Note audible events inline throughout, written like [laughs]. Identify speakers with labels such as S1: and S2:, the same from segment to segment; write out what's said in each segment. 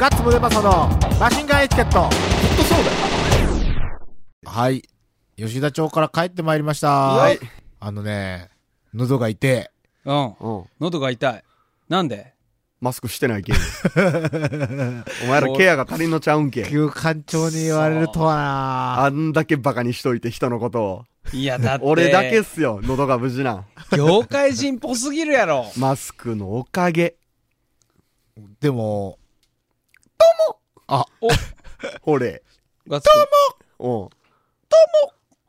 S1: ガッツムネマソのマシンガンエチケット
S2: っとそうだよ。
S1: はい吉田町から帰ってまいりました
S2: はい
S1: あのね喉が痛え
S3: うん。
S2: うん。
S3: 喉が痛い。なんで
S2: マスクしてないけん。 [laughs] お前らケアが足りんのちゃうんけん。
S1: 旧館長に言われるとはな
S2: あんだけバカにしといて人のことを。
S3: いや、だって。
S2: 俺だけっすよ。喉が無事なん。
S3: 業界人っぽすぎるやろ。
S2: マスクのおかげ。
S1: でも
S2: ほれ。
S3: ガッ
S2: うん。と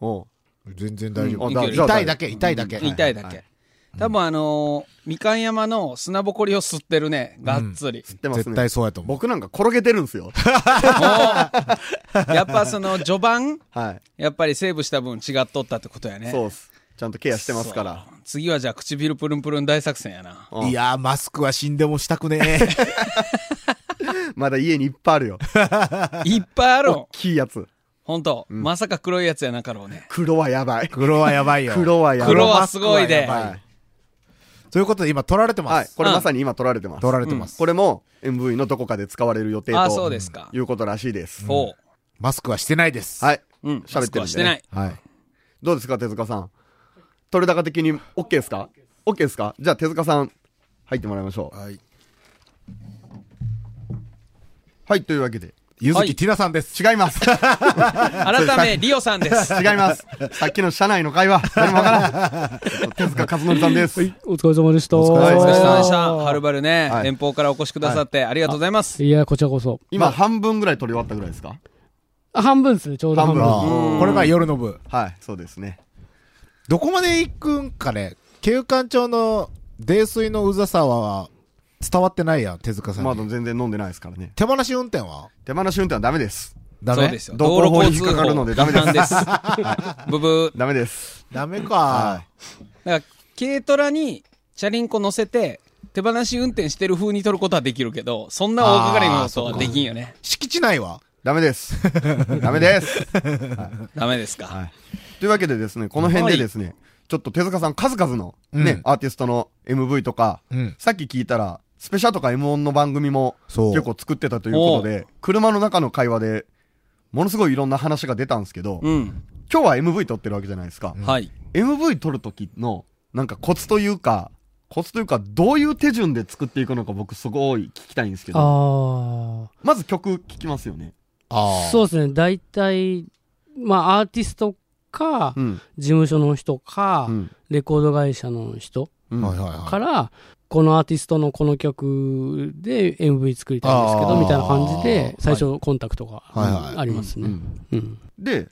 S2: も
S1: 全然大丈
S2: う
S1: 夫、
S2: ん。
S3: いける
S1: 痛いだけ痛いだけ、
S3: ツ痛いだ
S2: はい
S3: け。多分あのー、みかん山の砂ぼこりを吸ってるね。がっつり。
S2: 知ってます
S1: 絶
S2: ね
S1: 対。そうやと思う
S2: 僕なんか転げてるん
S3: [laughs]
S2: すよ。
S3: おやっぱその序盤、
S2: は
S3: やっぱりセーブした分違っとったってことや
S2: い。
S3: ね。
S2: そうっす。ちゃんとケアしてますから。
S3: そう。次はじゃあ唇プルンプルン大作戦やな。
S2: うん
S1: いやーマスクは死んでもしたくねえ
S2: まだ家にいっぱいあるよ。
S3: いっぱいある
S2: 大きいやつ。
S3: ほんと。まさか黒いやつやなかろうね。
S2: 黒はやばい。
S1: 黒はやばいよ
S2: 黒はやばい。
S3: 黒はすごいで。
S2: は
S1: ということで今取られて
S2: い。
S1: ます、
S2: はい。これまさに今撮られてます。
S1: 取られてます、
S2: これも MV のどこかで使われる予定
S3: ああ、そう
S2: と
S3: ですか。
S2: いうことらしいです。
S3: ほ
S1: マスクはしてないです
S2: はい。
S3: う。うん。
S2: 喋ってるんでね
S3: マスクはしてない。
S1: はい
S2: どうですか、手塚さん。取れ高的に OK ですか ?OK ですかじゃあ手塚さん、入ってもらいましょう。
S1: はい
S2: はい、というわけで。
S1: ゆず
S3: はい
S1: きティナさんです
S2: 違います。 [laughs] 違
S3: 改め、リオさんです。
S2: います。さっきの社内の会話、何もわから [laughs] ん。手塚和則さんです。
S4: お疲れ様でした。
S1: お疲れ
S3: お疲れ様でし
S4: あ
S3: た。
S4: ー
S3: はるばるね、
S2: はい
S3: 遠方からお越しくださって、ありがとうございます。
S4: いや、こちらこそ。
S2: 今、半分ぐらい取り終わったぐらいですか
S4: あ半分ですね、ちょうど半分。
S2: 半
S1: ああこれが夜の部
S2: はい、そうですね。
S1: どこまで行くんかね旧館長の泥酔のうざさは伝わってないやん手塚さんに、
S2: まだ全然飲んでないですからね。
S1: 手放し運転は
S2: 手放し運転はダメです。
S1: ダ
S3: そ
S1: メ
S3: うですよ。
S2: 道
S3: 道
S2: 路
S3: 路
S2: 法に
S3: 交
S2: 引
S3: 通
S2: っかかるの
S3: 法
S2: で
S3: 違
S2: ダメです
S3: 反です。ブブー。
S2: ダメです。
S1: ダメか、
S2: は
S3: だから、軽トラにチャリンコ乗せて、手放し運転してる風に撮ることはできるけど、そんな大掛かりのことはできんよね。
S1: 敷地内は
S2: ダメです。ダメです。
S3: ダメですか。
S2: [laughs] はい。というわけでですね、この辺でですね、ちょっと手塚さん数々のね、
S1: うん
S2: アーティストの MV とか、
S1: うん
S2: さっき聞いたら、スペシャとか M1 の番組も
S1: そう
S2: 結構作ってたということで、車の中の会話で、ものすごいいろんな話が出たんですけど、
S3: うん。
S2: 今日は MV 撮ってるわけじゃないですか。
S3: はい。
S2: MV 撮る時の、なんかコツというか、コツというか、どういう手順で作っていくのか僕すごい聞きたいんですけど、
S4: あ
S2: まず曲聞きますよね。
S1: あ
S4: あ。
S1: う
S4: そうですね、大体、まあ、アーティストか
S2: う、ん。
S4: 事務所の人か、
S2: うん。
S4: レコード会社の人
S2: うん
S1: はいはいはい
S4: から、このアーティストのこの曲で MV 作りたいんですけ
S1: あー
S4: ど、みたいな感じで、最初
S2: は
S4: のコンタクトが
S1: はいはい
S4: あります
S2: う
S4: ね。
S2: ん
S4: うん
S2: で、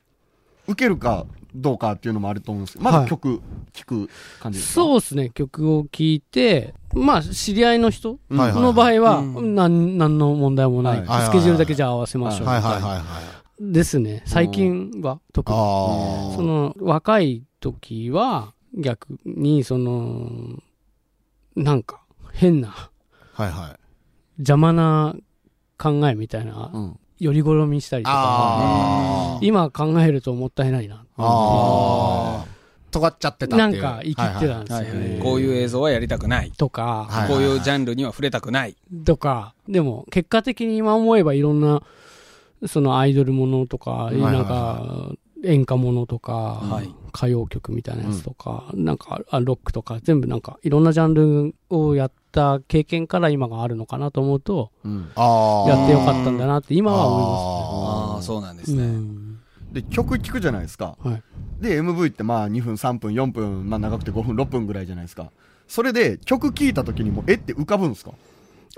S2: 受けるかどうかっていうのもあると思うんですけど、ま
S4: は
S2: ず
S4: い
S2: 曲、聞く感じですか、
S4: そうですね、曲を聴いて、まあ、知り合いの人
S2: うん
S1: はいはい
S4: の場合は、
S3: うん
S4: なん、なんの問題もない。
S1: はい
S4: スケジュールだけじゃ合わせましょう。
S1: はいはいはいはい
S4: ですね。最近は、特に。
S1: ああ
S4: その、若い時は、逆に、その、なんか、変な、
S1: はいはい
S4: 邪魔な考えみたいな、
S2: うん
S4: より好みしたりとか、
S1: ああ
S4: 今考えるともったいないな。
S1: ああ尖っちゃってたってい
S4: な
S1: うん
S4: か、生きてたんですよ
S3: は
S4: ね。
S3: いはい。こういう映像はやりたくない。
S4: とか、
S1: はい
S3: こういうジャンルには触れたくない。
S4: とか、でも結果的に今思えばいろんな、そのアイドルものとか、
S1: いはいはい
S4: なんか、演歌ものとか、
S3: はい
S4: 歌謡曲みたいなやつとか、なんかあロックとか、全部なんかいろんなジャンルをやった経験から今があるのかなと思うと、
S2: うん
S1: ああ
S4: やってよかったんだなって今は思
S3: ああ、そうなんで
S4: いますすね。う
S3: ね。
S4: ん
S2: で、曲聞くじゃないですか。
S4: はい
S2: で、MV ってまあ2分、3分、4分、まあ長くて5分、6分ぐらいじゃないですか。それで、曲聞いた時にも、えって浮かぶんですか、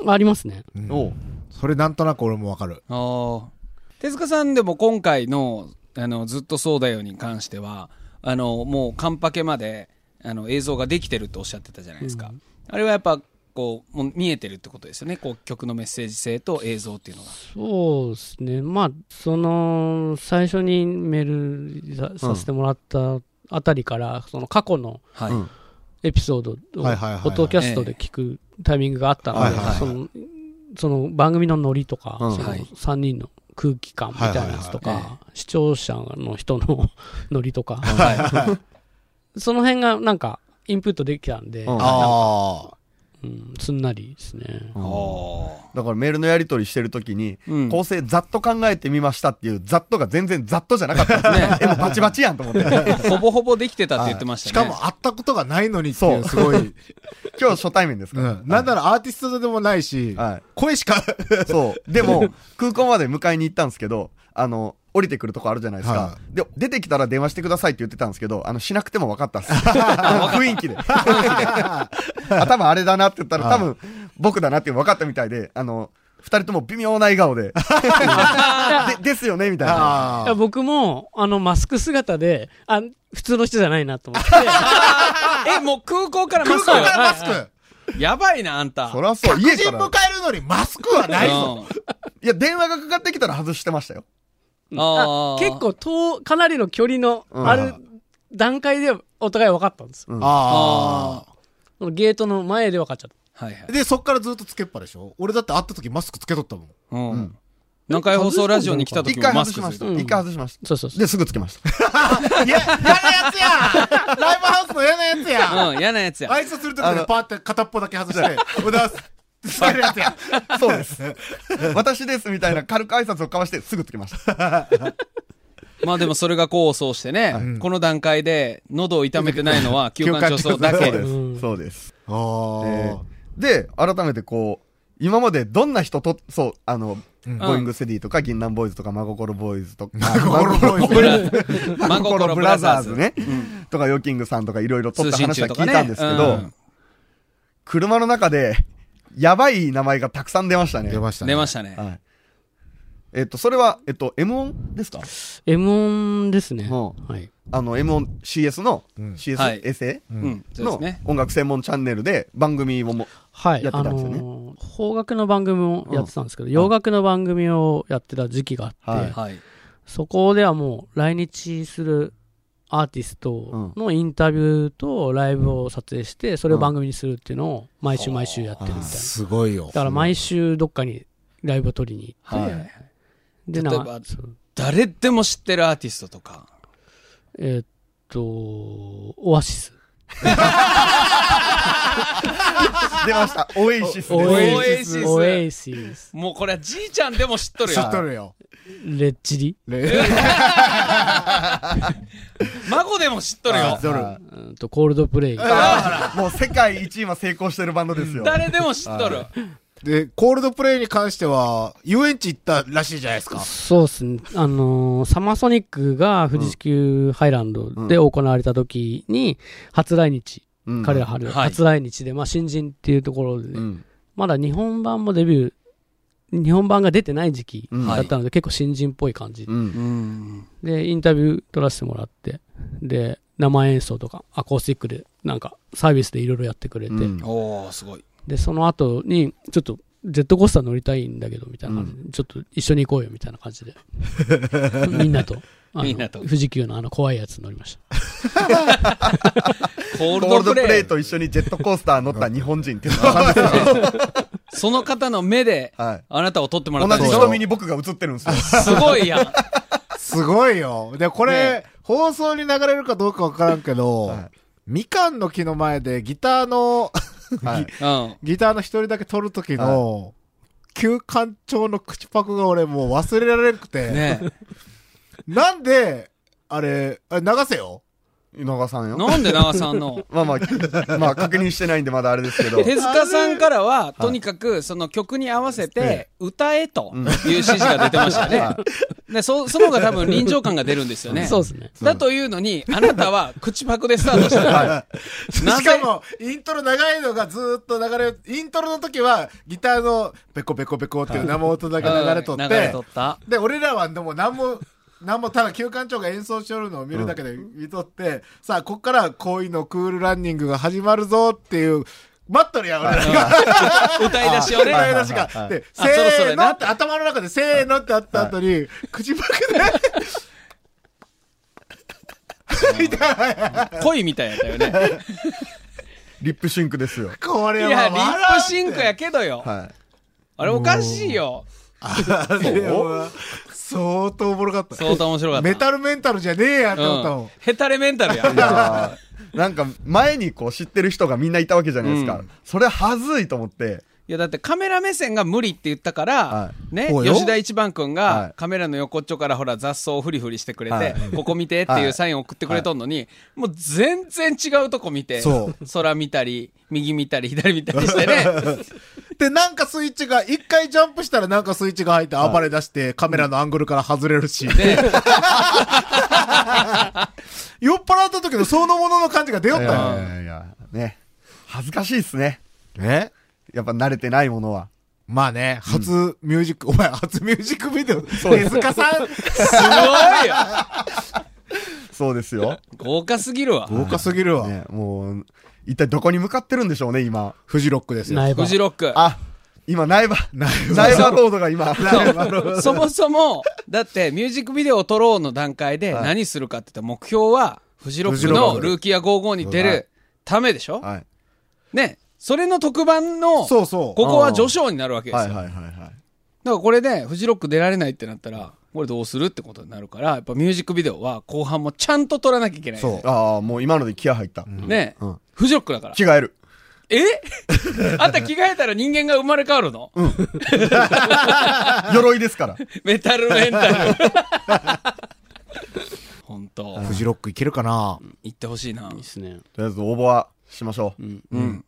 S4: ありますね。
S1: うん
S2: おう
S1: それなんとなく俺もわかる
S3: ああ。手塚さんでも今回の、あの、ずっとそうだよに関しては、あの、もうカンパケまで、あの、映像ができてるとおっしゃってたじゃないですか。あれはやっぱ、こう、もう見えてるってことですよね。こう、曲のメッセージ性と映像っていうのが。
S4: そうですね。まあ、その、最初にメールささせてもらったあたりから、その過去の
S3: はい。
S2: うん
S4: エピソードを、
S1: はいはいはいはい
S4: ポッドキャストで聞くタイミングがあったので、
S1: はいはいはい
S4: そのその番組のノリとか、
S2: うん
S4: その
S3: はい
S4: 3人の空気感みたいなやつとか、
S3: はいはいはい
S4: 視聴者の人のノリとか、
S3: はい。
S4: [laughs] その辺がなんかインプットできたん
S2: うん
S4: で、なんか
S1: ああ
S4: うん、すんなりですね。
S3: ああ。
S2: だからメールのやり取りしてるときに、
S3: うん
S2: 構成ざっと考えてみましたっていうざっとが全然ざっとじゃなかったですね。え、もうバチバチやん
S1: [laughs]
S2: と思って。
S3: ほぼほぼできてたって言ってましたね。
S1: はいしかも会ったことがないのにっていう、すごい。
S2: 今日初対面ですか
S1: [laughs] う
S2: ら。
S1: ん。なんならアーティストでもないし、
S2: はい
S1: 声しか、
S2: [laughs] そう。でも、空港まで迎えに行ったんですけど、あの、降りてくるとこあるじゃないですか。
S1: は
S2: で、出てきたら電話してくださいって言ってたんですけど、あの、しなくても分かったっ [laughs] す。あの雰囲気で。雰囲気であ、多分あれだなって言ったら、多分僕だなって分かったみたいで、あの、二人とも微妙な笑顔 [laughs] で。でですよねみたい
S1: [laughs]
S2: な。
S1: あ
S4: いや
S1: あ。
S4: 僕も、あの、マスク姿で、あ、普通の人じゃないなと思って。
S3: [laughs] え、もう空港から
S1: 空
S3: マス
S1: 港からマス
S3: ク
S1: ク。
S3: やばいな、あんた。
S2: そらそう。
S1: 家
S2: 家
S1: 人
S2: か
S1: 迎
S2: ら。
S1: えるのにマスクはないぞ。
S3: うん
S2: いや、電話がかかってきたら外してましたよ。
S3: あ
S4: あ
S3: ー
S4: 結構遠、かなりの距離の
S2: うん
S4: ある段階でお互い分かったんですよ。
S2: うん
S1: あ
S4: そのゲートの前で分かっちゃった。
S3: はいはい
S1: あ。。で、そっからずっとつけっぱでしょ俺だって会った時マスクつけとったもん。
S3: うん
S2: うん
S3: 南海放送ラジオに来た時
S2: 一
S3: も
S2: 回
S3: マ
S2: 外
S3: ス
S2: し
S3: ク
S2: まし
S3: す
S2: た。
S3: る
S4: ん
S2: 一回外しました。
S4: そうそうそう。
S2: で、すぐつけました。
S1: や、 [laughs] 嫌なやつ [laughs] やライブハウスの嫌なやつや
S3: うん、嫌なやつや。
S1: 挨拶するときにパーって片っぽだけ外して、おだす。 [laughs] つけるやつや。
S2: [laughs] そうです。私ですみたいな軽く挨拶を交わしてすぐつけました。
S3: まあでもそれが功を奏してね、この段階で喉を痛めてないのは休館長層だ
S2: そう
S3: け。
S2: で
S3: う
S4: うん
S2: す。そうです。
S1: ああ
S2: えーで、改めてこう、今までどんな人と、そう、あの、ボーイングセディとか、銀杏ボーイズとか、真心ボーイズとか、
S1: 心ボーイズ
S2: [laughs]
S3: 真
S2: 真
S3: 心
S2: 心
S3: ブ
S2: ブ
S3: ラ
S2: ラ
S3: ザ
S2: ザ
S3: ー
S2: ー
S3: ズ
S2: ズね、とか、ヨッキングさんとか、いろいろ撮っ
S3: 通
S2: た
S3: 信
S2: 話
S3: 中
S2: は
S3: とか
S2: 聞い
S3: ね。
S2: たんですけど、車の中で、やばい名前がたくさん出ましたね。
S1: 出ました
S3: うん
S1: ね。
S3: 出ましたね。
S2: はい。えっと、それは、えっと、M 音ですか
S4: M1 ですね。
S2: う
S4: はい。
S2: あの、M 音 CS の、
S3: はい
S2: CS エセ
S3: うん、そうです
S2: の
S3: ね。
S2: 音楽専門チャンネルで番組をも、
S4: はい。
S2: やって
S4: あ
S2: たんですよね
S4: のー、邦楽の番組もやってたんですけど、洋楽の番組をやってた時期があって、
S2: はい
S3: はい。
S4: そこではもう来日するアーティストのインタビューとライブを撮影して、それを番組にするっていうのを毎週毎週やってるみたいな。
S1: すごいよ
S4: だ。から毎週どっかにライブを撮りに行
S3: はい
S4: っ
S3: はい
S4: て、
S3: はい。
S4: で、
S3: 例えば
S4: なんかそう
S3: 誰でも知ってるアーティストとか。
S4: えーっと、オアシス。
S2: 出ました。オエシスです。
S3: おエシ
S4: エイ
S3: ス
S4: オエイシス。
S3: もうこれはじいちゃんでも知っとる
S1: 知
S3: よ
S1: っ。とる [laughs] よ。
S4: レッチリ
S3: 孫でも知っとるよ。
S1: ドル
S4: うんと、コールドプレイ。
S2: あーもう世界一今成功してるバンドですよ。
S3: 誰でも知っとる。
S1: で、コールドプレイに関しては、遊園地行ったらしいじゃないですか。
S4: そうですね。あのーサマーソニックが富士急ハイランドで行われた時に、初来日。
S2: うん
S4: 彼ら春、
S3: はい
S4: 初来日で、まあ、新人っていうところで、
S2: うん
S4: まだ日本版もデビュー、日本版が出てない時期
S2: うん
S4: だったので、結構新人っぽい感じで
S2: うん
S3: うん。
S4: で、インタビュー撮らせてもらって、で、生演奏とか、アコースティックで、なんか、サービスでいろいろやってくれて、
S2: うん
S3: おー、すごい。
S4: で、その後に、ちょっと、ジェットコースター乗りたいんだけど、みたいな感じで、ちょっと一緒に行こうよ、みたいな感じで。みんなと。あの
S3: みんなと
S4: 富士急のあの怖いやつ乗りました。
S3: コール
S2: ゴー
S3: ド
S2: ルド
S3: プ
S2: プ
S3: レ
S2: レ
S3: イ
S2: イ。と一緒にジェットコースター乗った日本人っていうのが
S3: その方の目で、
S2: はい
S3: あなたを撮ってもらった
S2: 同
S3: でし
S2: じ
S3: ょ
S2: 瞳に僕が映ってるんですよ。
S3: すごいやん。
S1: すごいよ。で、こ
S3: ね
S1: れ、放送に流れるかどうかわからんけど
S2: はい、
S1: みかんの木の前でギターの、 [laughs]
S2: はい
S3: うん。
S1: ギターの一人だけ撮る時の、旧館長の口パクが俺もう忘れられなくて、
S3: ねえ。
S1: なんで、あれ、あれ流せよ。
S2: 井野川さん
S3: [laughs]
S2: よ。
S3: なんで長さんの。
S2: まあまあ、まあ確認してないんでまだあれですけ
S3: [laughs]
S2: ど。
S3: 手塚さんからは、とにかく、その曲に合わせて、歌えという指示が出てました [laughs] ね。で、そ、その方が多分臨場感が出るんです [laughs] よね。
S4: そうですね。
S3: だというのに、あなたは口パクでスタートした。
S1: [laughs] し
S3: なぜ
S1: かも、イントロ長いのがずーっと流れ、イントロの時は、ギターのペコペコペコっていう生音だけ流れとっ
S3: うん流れ
S1: て
S3: と、った。
S1: で、俺らはでも何も、 [laughs] 何もただ旧館長が演奏しておるのを見るだけで見とって、さあ、こっから恋のクールランニングが始まるぞっていう、待っとるやん、俺らが。
S3: 歌い出しを
S1: [laughs]
S3: ね。
S1: 歌い出し
S2: はい
S1: が。
S2: はい
S1: で、
S3: あそろそろ
S1: せー
S3: や
S1: の
S3: な
S1: って頭の中でせーのってあった後に、口パクで、みたいな。
S3: 恋 [laughs] みたいやったよね。
S2: リップシンクですよ。
S1: [laughs] こ
S3: い
S1: れは
S3: や、リ
S1: 笑う
S3: ップシンクやけどよ。
S2: は
S3: あれおかしいよ。
S1: あれは相当おもろかった。
S3: 相当面白かった。
S1: メタルメンタルじゃねえやって思ったもん。
S3: ヘタレメンタル [laughs] や。
S2: いや [laughs] ーなんか前にこう知ってる人がみんないたわけじゃないですか、
S3: うん
S2: それはずいと思って
S3: いやだってカメラ目線が無理って言ったから、
S2: は
S3: ね、
S1: そうよ
S3: 吉田一番くん
S2: は
S3: が
S2: い
S3: カメラの横っちょからほら雑草をフリフリしてくれて、
S2: はい
S3: ここ見てって
S2: はいいう
S3: サインを送ってくれとんのに、もう全然違うとこ見て
S1: そう、
S3: 空見たり、右見たり、左見たりしてね、
S1: で、なんかスイッチが、一回ジャンプしたらなんかスイッチが入って暴れ出して、カメラのアングルから外れるし。
S3: で、
S1: 酔っ払った時のそのものの感じが出よっ
S2: い
S1: た
S2: や
S1: よ。
S2: いやいやいやね恥ずかしいっすね
S1: ね
S2: やっぱ慣れてないものは
S1: まあね、初ミュージック、お前初ミュージックビデオ、手塚さん、
S3: すごいよ
S2: そうです [laughs] よ、
S3: 豪華すぎるわ。
S1: 豪華すぎるわ。
S2: ね、もう一体どこに向かってるんでしょうね今
S1: フジロックですよ。
S4: ない
S3: フジロック。
S2: あ今苗場
S1: 苗場
S2: 苗場ロードが今 [laughs]
S3: そうそもそも、だってミュージックビデオを撮ろうの段階で何するかって言ったら目標は、フジロックのルーキーや55に出るためでしょ
S2: はい
S3: ね。それの特番の、
S1: そうそう。
S3: ここは序章になるわけですよ。
S2: はいはいはい
S3: だか
S2: はい
S3: らこれで、フジロック出られないってなったら、これどうするってことになるから、やっぱミュージックビデオは後半もちゃんと撮らなきゃいけない。
S1: そう
S2: ああもう今ので気合入った、
S3: ね、
S2: うん
S3: フジロックだから。
S2: 着替える
S3: え [laughs] あんた着替えたら人間が生まれ変わるの、
S2: 鎧ですから [laughs]
S3: メタルメ
S1: [laughs]
S3: ンタル。本当
S1: フジロックいけるかな
S3: 行ってほしいな。
S4: ですね。
S2: とりあえず応募はしましょう。
S3: うん。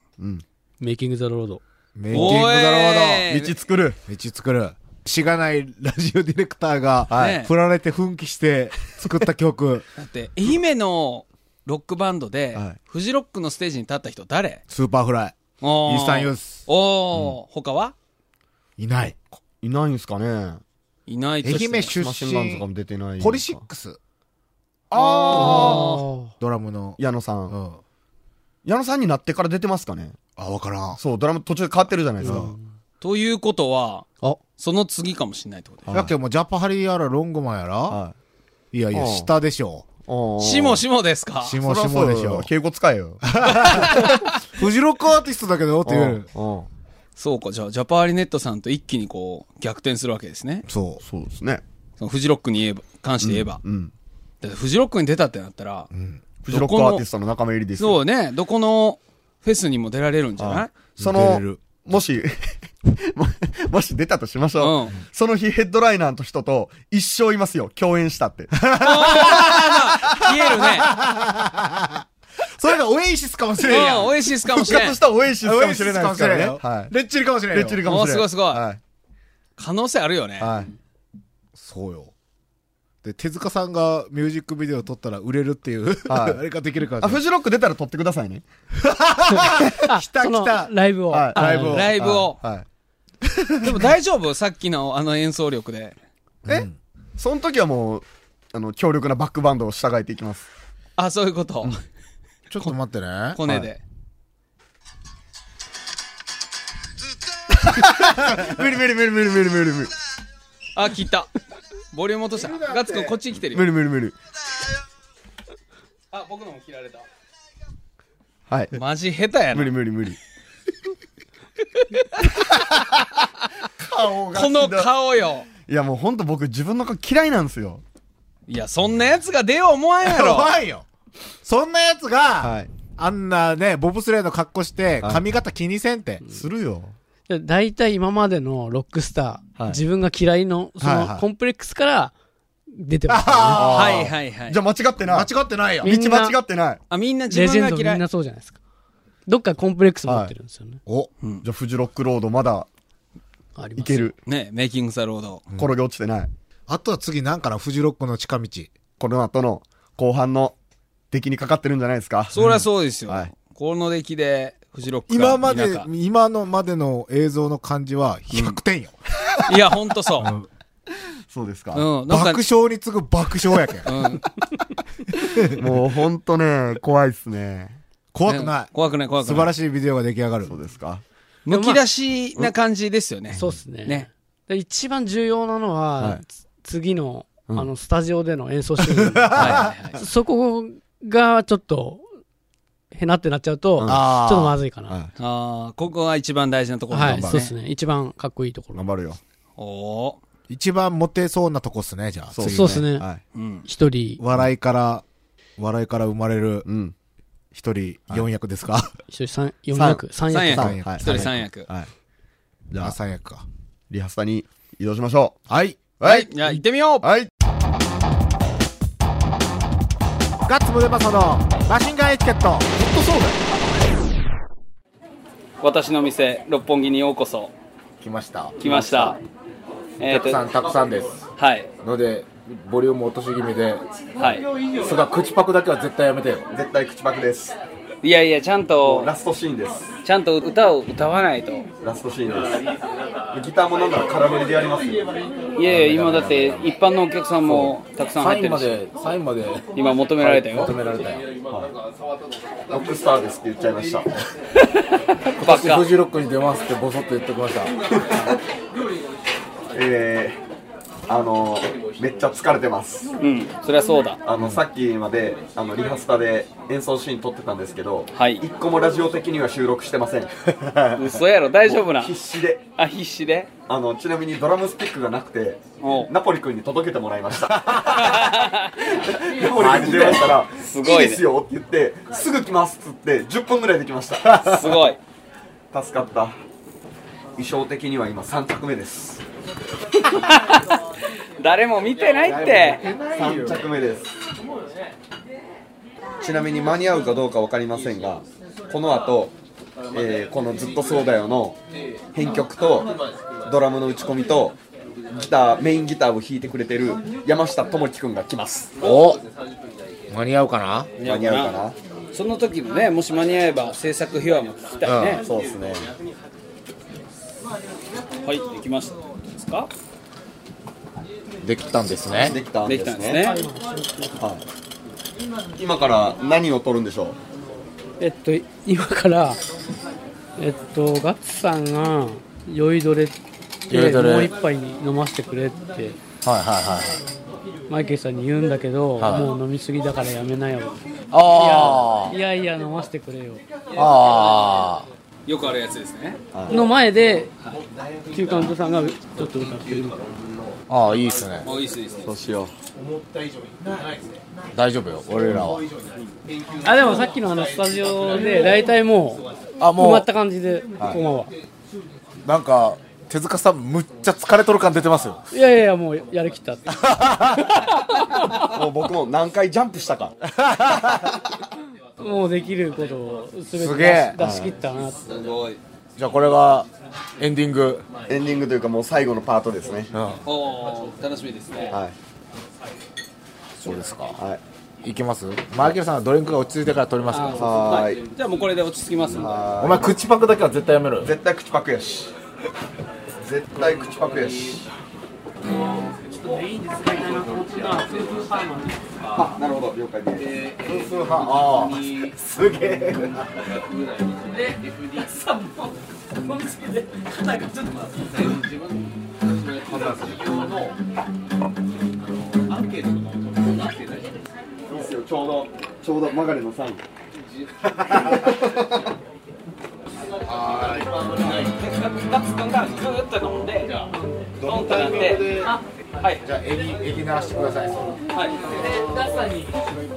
S4: メイキング・ザ・ロード。
S1: メイキングだろう
S3: お
S1: な
S3: えい
S2: 道作る。
S1: 道作る。しがないラジオディレクターが、
S3: はい
S1: 振られて奮起して作った曲、
S3: だって、愛媛のロックバンドで、
S2: はい
S3: フジロックのステージに立った人誰
S1: スーパーフライ。
S3: イー
S1: イースタンユース
S3: おー、他はい
S1: ない。
S2: いないんすかね
S3: いないと
S1: 愛
S3: しても
S1: 媛出
S2: マシンガンズとかも
S1: 身、
S2: 出てない。
S1: ポリシックス、
S2: ああ
S1: ドラムの。
S2: 矢野さ。
S1: うんん。
S2: 矢野さんになってから出てますかね
S1: あ、わからん。
S2: そう、ドラム途中で変わってるじゃないですか。
S3: ということは、
S4: あ、
S3: その次かもしれないってことだよ。
S2: はい
S1: だけどもうジャパハリやらロングマンやら、
S2: はい
S1: やいや、
S2: うん
S1: 下でしょ。
S2: い。
S3: しもしもですか
S1: しもしもでしょ。
S2: 敬語使えよ。
S1: フジロックアーティストだけどって言える。
S2: うんうん
S3: そうか、じゃあ、ジャパーリネットさんと一気にこう、逆転するわけですね。
S1: そ
S2: そうですね。
S3: そのフジロックに言えば、関して言えば。
S2: うん。
S3: だってフジロックに出たってなったら、
S2: フジロックアーティストの仲間入りですよ。
S3: そうね、どこのフェスにも出られるんじゃない
S2: そ
S1: 出れ
S2: の
S1: る、
S2: もし、 [laughs] ももし出たとしましょ
S3: う
S2: う、
S3: ん
S2: その日ヘッドライナーの人と一生いますよ。共演した
S3: [laughs]
S2: って。
S3: 消えるね。
S1: う。それがオエイシスかもしれんやん。
S3: うん、オエシスかも
S2: 復
S3: しれ
S2: 活
S3: ん
S2: し。たオエイシス
S1: オ
S2: か
S1: エ
S2: も
S1: イ
S2: し
S1: シ
S2: れ
S1: ス
S2: ない
S1: か
S2: で
S1: も
S2: す
S1: しれない
S2: からね。
S1: よ
S2: は。い。
S1: レッチリかもしれん
S2: レ
S1: よ。
S2: ッチリかもしれない。
S3: おーすごいすごい
S2: はい。
S3: 可能性あるよね。
S2: はい。
S1: そうよ。で、手塚さんがミュージックビデオ撮ったら売れるっていう、
S2: はい
S1: [laughs] あれができるから
S2: あ、
S1: ね。
S2: フジロック出たら撮ってくださいね。
S4: あ
S1: 来た
S4: その
S1: 来た
S4: ライブを。
S2: はい
S4: あ
S1: ライブを
S3: ライブを。
S2: はい。
S3: でも大丈夫さっきのあの演奏力で。
S2: えその時はもう、あの、強力なバックバンドを従えていきます。
S3: あ、そういうこと。
S1: ちょっと待ってね。
S3: コネで。
S2: [laughs] 無理無理無理無理無理無理無理。
S3: あ、聞いた。ボリューム落とした。ガッツくんこっちに来てる
S2: 無
S3: よ。
S2: 理無理無理。
S3: あ、僕のも切られた。
S2: はい。
S3: [laughs] マジ下手や
S2: 無
S3: な
S2: 理。無理無理。
S3: この顔よ。
S2: いやもうほんと僕自分の顔嫌いなんですよ。
S3: いや、そんな奴が出よう思わん
S1: [laughs]
S3: やろ。
S1: 怖いよ。そんなやつが、
S2: はい。
S1: あんなね、ボブスレーの格好して、
S2: はい
S1: 髪型気にせんって。
S2: するよ。
S4: で大体今までのロックスター、
S2: はい
S4: 自分が嫌いの、そ
S1: はいは
S4: の
S1: い
S4: コンプレックスから出てますよね、
S1: あ
S3: はいはいはい
S2: じゃ。あ間違ってない。
S1: 間違ってないよ。
S4: みん
S2: 道
S4: な
S2: 間違ってない。
S3: あ、みんな自
S4: レジ
S3: 分
S4: ェ
S3: が
S4: ンドみ
S3: 嫌
S4: ん
S3: い
S4: な。そうじゃないですか。どっかコンプレックス持ってるんですよね。
S2: お、じゃあフジロックロードまだ
S4: あります
S2: いけ。る。
S3: ね、メイキングザロード。
S2: 転げ落ちてない。
S1: あとは次なんかな、フジロックの近道。
S2: この後の後半の出来にかかってるんじゃないですか。
S3: そりゃそうですよ
S2: はい。
S3: この出来で、フジロックか
S1: 今まで
S3: 否か、
S1: 今のまでの映像の感じは100点よ。
S3: いや、ほんとそう。
S2: そうですか。
S3: うん、なんか
S1: 爆、笑に次ぐ爆笑やけん。
S3: うん。
S2: もうほんとね、怖いっすね。
S1: 怖くない
S3: ね。怖くない、怖く
S1: 素
S3: ない
S1: 晴。らしいビデオが出来上がる
S2: そ。うですか。
S3: むき出しな感じですよね。
S4: そうですね。
S3: ね
S4: で一番重要なのは、
S2: はい
S4: つ次の、
S2: うん
S4: あの、スタジオでの演奏シー
S3: [laughs]
S4: ン。
S3: はいはいは
S1: [laughs]
S3: い。
S4: そこがちょっと、へなってなっちゃうと、
S2: うん
S4: ちょ
S1: あ
S4: っ
S1: ー
S4: とまずいかな。
S2: は
S3: ああ、ここが一番大事なところ
S4: は
S3: なん
S4: い、
S3: だ
S4: そうですね。一番かっこいいとこ
S2: い。
S4: ろ。
S2: 頑張るよ。
S3: おー
S1: 一番モテそうなとこっすね、じゃあ。
S2: そう
S1: 次
S4: そうっすね
S2: はい。
S3: うん。
S4: 一人、
S1: 笑いから、笑いから生まれる
S2: うん。
S1: 一人四役ですか、
S4: 一人三、四役、三
S3: 三役
S4: 役か。
S1: 三役
S2: はい
S3: 一人三役。
S2: はい。じゃ
S1: あ、
S2: あ、
S1: 三役か。
S2: リハスタに移動しましょ
S1: はい。
S2: う。はい。
S3: じゃあ、行ってみよう
S2: はい。
S1: ガッツムデパソのマシンガンエチケット。
S3: 私の店、六本木にようこそ。
S1: 来ました。
S3: 来ました。えっと、
S1: たくさんです。
S3: はい。
S1: ので、ボリューム落とし気味で、
S3: は
S1: すが、口パクだけは絶対やめてよ。
S2: 絶対口パクです。
S3: い。いやいや、ちゃんと、
S2: ストシーンです。
S3: ちゃんと歌を歌わないと。
S2: ラストシーンです。ギターも飲んだら空振りでやりますよ。
S3: いやいや、今だって、一般のお客さんもたくさん入ってるし、、
S1: サインまで
S3: 今求められたよ。
S1: められたよ。
S2: ロックスターですって言っちゃいました。
S3: バカ。
S1: ジロックに出ますってボソッと言ってきました。
S2: えー、あの、めっちゃ疲れてます。
S3: うん、そりゃそうだ。
S2: あの、さっきまで、あの、リハスタで演奏シーン撮ってたんですけど、
S3: はい
S2: 一個もラジオ的には収録してません。 [laughs]
S3: 嘘やろ、大丈夫な。
S2: 必死で。
S3: あ、必死で。
S2: あの、ちなみにドラムスティックがなくて、
S3: おう
S2: ナポリ君に届けてもらい
S3: [laughs]
S2: ました。ナポリ君に電話したら、
S3: すごいね
S2: いですよって言って、すぐ来ますっつって、10分ぐらいできました。 [laughs]
S3: すごい。
S2: 助かった。衣装的には今3着目です。
S3: 誰も見てないって。
S2: 3着目です。ちなみに間に合うかどうか分かりませんが、この後、えーこのずっとそうだよの編曲とドラムの打ち込みとギターメインギターを弾いてくれてる山下智樹くんが来ます。
S1: お間に合うかな
S2: 間に合うかな。
S3: その時もね、もし間に合えば制作秘話も聞きたいね。
S2: そうですね。
S3: はい、できました。どうですか
S1: できたんですね
S2: できたん
S3: で
S2: で
S3: き
S2: す
S3: たんです
S2: ね。
S3: ね。
S2: はい。今から何を撮るんでしょう。
S4: えっと、今から、えっと、ガッツさんが、酔いどれって、
S1: 酔いどれ
S4: もう一杯飲ませてくれって、
S1: はいはいはい
S4: マイケルさんに言うんだけど、
S1: はい
S4: もう飲みすぎだからやめなよ。
S1: あ
S4: いやいや、飲ませてくれよ。
S1: ああ
S3: よくあるやつですね。
S4: の前で、旧カウントさんが、ちょっと歌ってる。
S1: あああいいっすね
S3: もういいです、いいです。
S2: そうしよ
S1: 大丈夫よ俺らは
S4: あ、でもさっきのあのスタジオで、大体もう、
S1: あ
S4: 埋
S1: も
S4: まっ
S1: う
S4: た感じで、こんばんは。
S1: なんか手塚さんむっちゃ疲れとる感出てますよ
S4: いやいやいや、もうやりきった
S1: [laughs]
S4: って。
S2: う。もう僕も何回ジャンプしたか。
S4: もうできることを全
S1: す
S4: て
S1: げえ
S4: 出し出し切ったなって。
S3: すごい。
S1: じゃあこれがエンディング
S2: エンディングというかもう最後のパートですね。
S3: おー、楽しみですね。
S2: はい
S1: そうですか
S2: はい
S1: いきますマイケルさんはドリンクが落ち着いてから取りますから
S2: はーい。
S3: じゃあもうこれで落ち着きますんで。
S1: お前口パクだけは絶対やめろよ
S2: 絶対口パクやし絶対口パクやしあなるほど了解です
S1: ああ
S2: すげえいいですよちょうどちょうど曲がりのサイン
S3: ガッツくんがずーっと飲んで、飲んとなって、あはい、
S1: じゃあエビエビ鳴らしてくださいそ
S3: はい。で、ガッツさんに、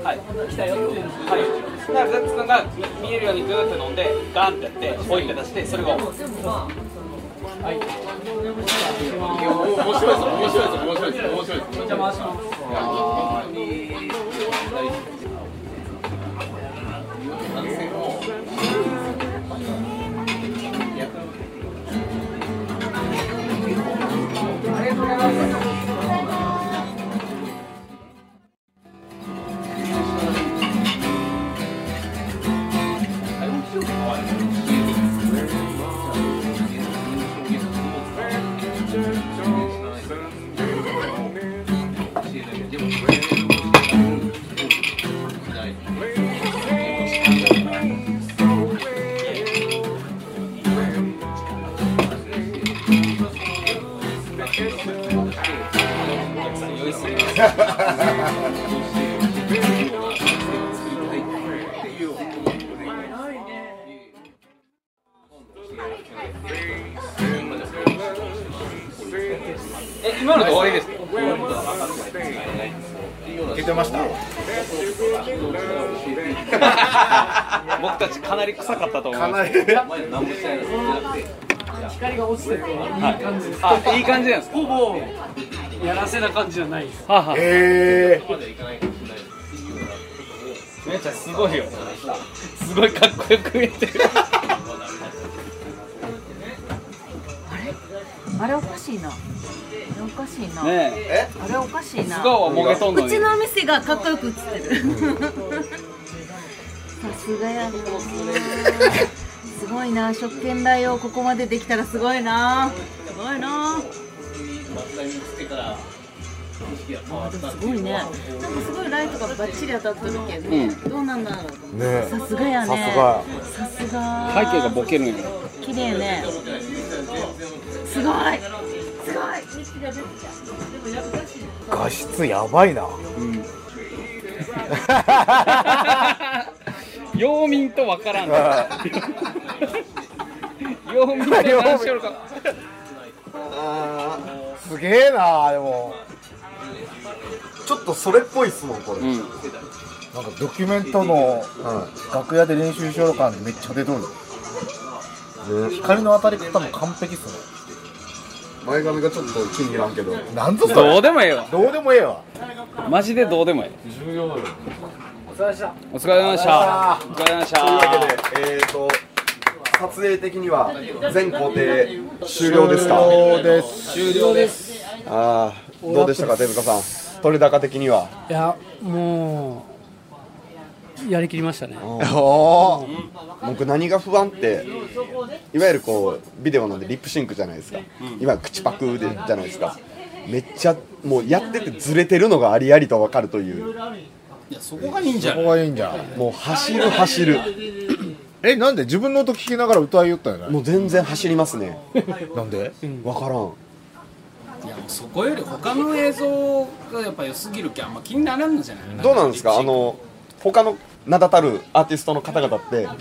S3: はい、来たよって。はい。だからガッツくんが見見えるようにずーっと飲んで、ガンってやって、ポイって出して、それが。
S5: 「
S3: 今ので終わりです
S1: 聞いてました
S3: [laughs] 僕たちかなり臭かったと思います
S1: り
S3: 何もしてないです光が落ちてていい感じあいい感じなんですか
S5: ほぼやらせな感じじゃないです
S3: はは
S1: えー、
S3: めっちゃすごいよすごいかっこよく見
S1: [laughs]
S3: えてる
S6: あれおかしいな。あれおかしいな。
S3: ねえ
S6: あれおかしいな。
S3: 素顔はもげとんの
S6: う
S3: に
S6: ちのお店がかっこよく映ってる。さすがやな。すごいな。食券代をここまでできたらすごいな。すごいな。あでもすごいね。なんかすごいライトがバッチリ当たってるけど、ねどうなんだろう。
S2: ね
S6: さすがやね。さすが。
S3: 背景がボケるんや
S6: 綺麗ね。すごい。すごい。
S7: 画質やばいな
S3: [laughs] 陽民とわからん [laughs] 陽民と何しよる
S1: [laughs]
S3: か
S7: すげえなでも
S2: ちょっとそれっぽいっすもん、これ。
S3: うん
S1: なんかドキュメントの楽屋で練習しよう感めっちゃ出とる、光の当たり方も完璧っすね
S2: 前髪がちょっと気に入らんけど。
S1: なんぞそ
S3: ど
S1: れ
S3: うでもええわ
S1: どうでもええわ
S3: マジでどうでもええお疲れ様でしたお疲れ様でした
S2: と
S3: お
S2: い
S3: 疲れ様
S2: うわ
S3: でした
S2: けで、えーと、撮影的には全工程終了ですか
S1: そうです
S3: 終了です
S2: あーどうでしたか手塚さん取れ高的にはい
S4: や、もう、やりきりましたね。
S2: おお僕何が不安っていわゆるこうビデオなんでリップシンクじゃないですか、今口パクでじゃないですかめっちゃもうやっててずれてるのがありありと分かるという
S3: そこがいいんじゃ
S1: ここがいいんじゃん
S2: もう走る走る
S1: えなんで自分の音聞きながら歌いよったよね
S2: もう全然走りますね
S1: なんで
S2: 分からん
S3: いやもうそこより他の映像がやっぱ良すぎるきゃあんま気にならんのじゃない
S2: どうなんですかあの他の名だたるアーティストの方々ってあ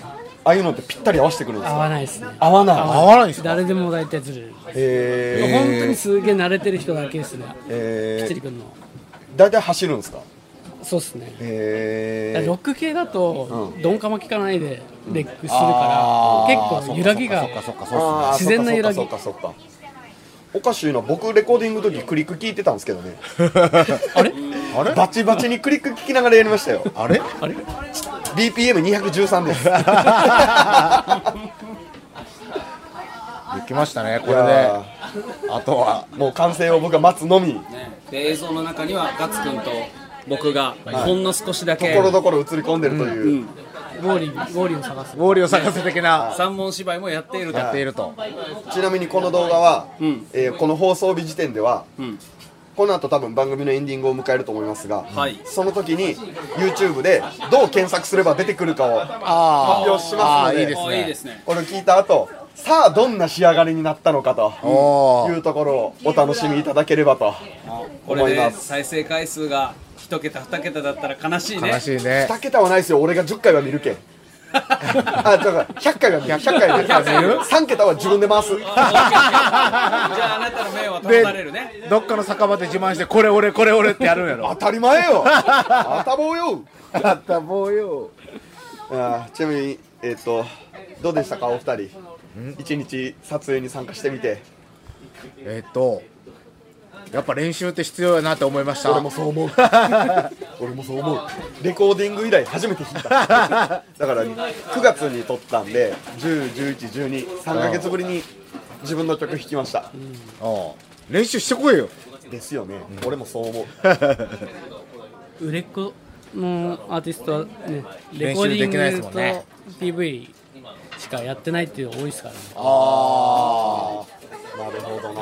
S2: あいうのってぴったり合わせてくるんです
S4: 合
S2: か
S4: わないですね。
S2: 合わない
S1: 合わないんすか
S4: 誰でも大体ずれる。
S2: え
S4: 本当にすげえ慣れてる人だけですね。
S2: え
S4: き
S2: ー
S4: つりくんの。
S2: 大体走るんですか
S4: そうっすね。
S2: へ
S4: ロック系だと、鈍化も効かないで、レックするから、結構揺らぎが、
S2: あー
S4: 自然な揺らぎ
S2: そっかそっかそっかそっかおかしいな僕レコーディングの時クリック聞いてたんですけど
S1: [laughs]
S2: ね
S4: あれ
S2: あれバチバチにクリック聞きながらやりましたよ
S1: あれ
S2: BPM213
S1: [laughs]
S2: です
S1: できましたねこ
S2: こ
S1: れ
S2: れね
S1: であとは
S2: もう完成を僕は待つのみ
S3: で映像の中にはガッツくんと僕がほんの少しだ
S2: と
S3: け
S2: ころどころ映り込んでるという、
S4: ウォーリー、ウォーリーを探す
S1: ウ。ォーリーを探せ的な
S3: 三本芝居もやっていると
S1: やっていると
S2: ちなみにこの動画は、
S3: ん
S2: えーこの放送日時点では、
S3: ん
S2: この後多分番組のエンディングを迎えると思いますが、
S3: はい
S2: その時に YouTube でどう検索すれば出てくるかを
S1: あ
S2: 発表します
S1: あー
S2: ので
S1: いいですね
S3: あいいですね
S2: これを聞いた後さあどんな仕上がりになったのかと
S1: お
S2: いうところをお楽しみいただければと
S3: こ
S2: 思
S3: れ
S2: い
S3: で
S2: ます
S3: 再生回数が一桁二桁だったら悲しいね
S1: 悲しいね
S2: 2桁はないですよ俺が10回は見るけんあだから100回は見る100回は見る3桁は自分で回
S3: [laughs]
S2: す
S3: じゃああなたの目は保たれるね
S1: どっかの酒場で自慢してこれ俺これ俺ってやるんや
S2: 当
S1: ろ
S2: たり前よ当たぼうよ
S1: あったもうよ
S2: あーちなみにえっ、とどうでしたかお二人一日撮影に参加してみて
S1: えっとやっぱ練習って必要やなって思いました
S2: 俺もそ
S1: [laughs]
S2: う思う俺もそう思うレコーディング以来初め
S1: [laughs]
S2: て弾いただから9月に撮ったんで101112 3ヶ月ぶりに自分の曲弾きました
S1: うん練習してこいよ
S2: ですよね、俺もそう思う
S4: 売れっ子のアーティストはね、レ
S1: 練
S4: コー
S1: 習
S4: ディ
S1: で
S4: ン
S1: きないですも
S4: グ
S1: ん
S4: と
S1: ね
S4: PV しかやってないっていうの多いですからね。
S2: ああなるほどな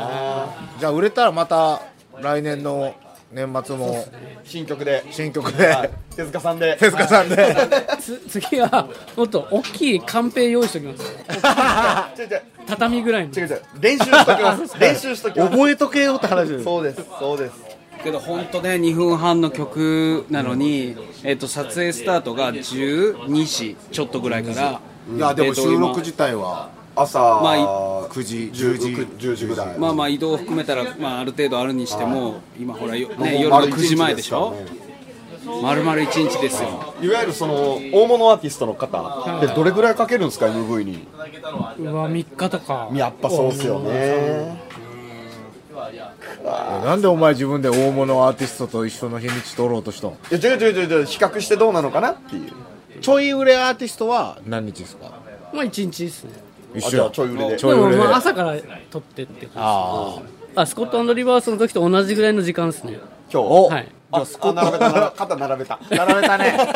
S1: じゃあ売れたらまた来年の年末も
S2: 新曲で、
S1: 新曲で [laughs]
S2: はい、手塚さんで
S1: 手塚さんで
S4: つ次は、もっと大きいカンペ用意しておきます。
S2: 違う違う
S4: 畳ぐらいの。
S2: 違う違う練習しと
S1: [laughs]
S2: きます練習しときます
S1: 覚えとけよって話です
S2: そうですそうです
S3: けど本当ね2分半の曲なのに、えっと撮影スタートが12時ちょっとぐらいから
S1: いやで
S3: え
S1: も
S3: っと
S1: 収
S3: 今
S1: 録自体は
S2: 朝、
S3: まあい
S2: 9時
S8: 10
S2: 10
S8: 時
S2: 時10時ぐらい
S3: まあまあ移動を含めたら、まあ、ある程度あるにしても今ほらよ、ね、夜の
S2: 丸一
S3: 9時前でしょ
S2: すからね
S3: 丸々1日ですよ
S2: いわゆるその大物アーティストの方でどれぐらいかけるんですか MV に
S9: うわ3日とか
S2: やっぱそうっすよね
S10: なんでお前自分で大物アーティストと一緒の日にち取ろうとしたの
S2: いや違う違う違う違う比較してどうなのかなっていう
S10: ちょい売れアーティストは何日ですか
S4: まあ一日ですね。
S2: あじゃあちょい売りで
S10: ちょ
S4: で
S10: い
S4: も
S10: 売れで
S4: まあ朝から撮ってって感じです。あ、スコットリバースの時と同じぐらいの時間ですね。
S2: 今日
S4: はい。
S2: ああ並べた並べた肩並べた
S10: 並べた [laughs] ね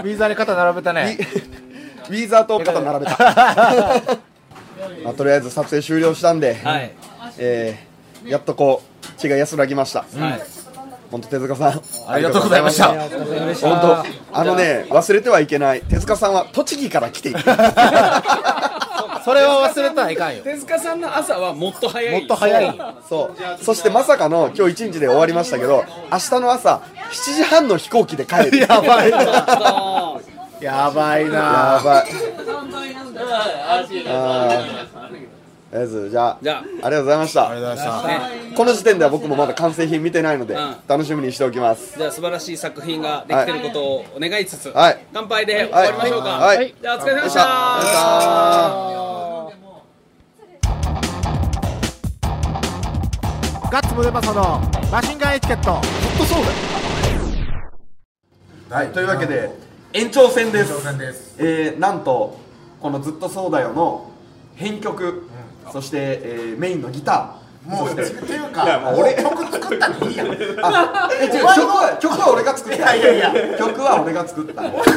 S10: ウィーザーに肩並べたね
S2: ウィーザーと肩並べた、
S3: [laughs]
S2: まあ、とりあえず撮影終了したんで、
S3: はい
S2: えーやっとこう血が安らぎました、
S3: はい
S2: 本当手塚さん
S10: ありがとうございま [laughs] した
S2: 本当あのね忘れてはいけない手塚さんは栃木から来ている [laughs]
S10: それは忘れたらいかんよ
S3: 手塚さんの朝はもっと早い
S10: もっと早い
S2: そうそしてまさかの今日一日で終わりましたけど明日の朝7時半の飛行機で帰るやばい
S10: やばい
S2: や
S10: な
S2: ばいあーとりあえずじゃあ
S3: じゃあ
S2: ありがとうございました
S10: ありがとうございました
S2: この時点では僕もまだ完成品見てないので、
S3: うん
S2: 楽しみにしておきます
S3: じゃあ素晴らしい作品ができてることをお願いつつ、
S2: はい
S3: 乾杯で終わりましょうか、
S2: はいはい
S3: じゃあお疲れ様でし
S2: よったしゃー
S10: ガッツムデパソのマシンガンエチケット
S2: はい、というわけで延長戦ですえーなんとこの「ずっとそうだよ」の編曲、そして、えーメインのギターもうっていうか俺曲作ったのいいやんあえ違う曲は曲は俺が作ったいやいやいや曲は俺が作った
S1: 曲作っ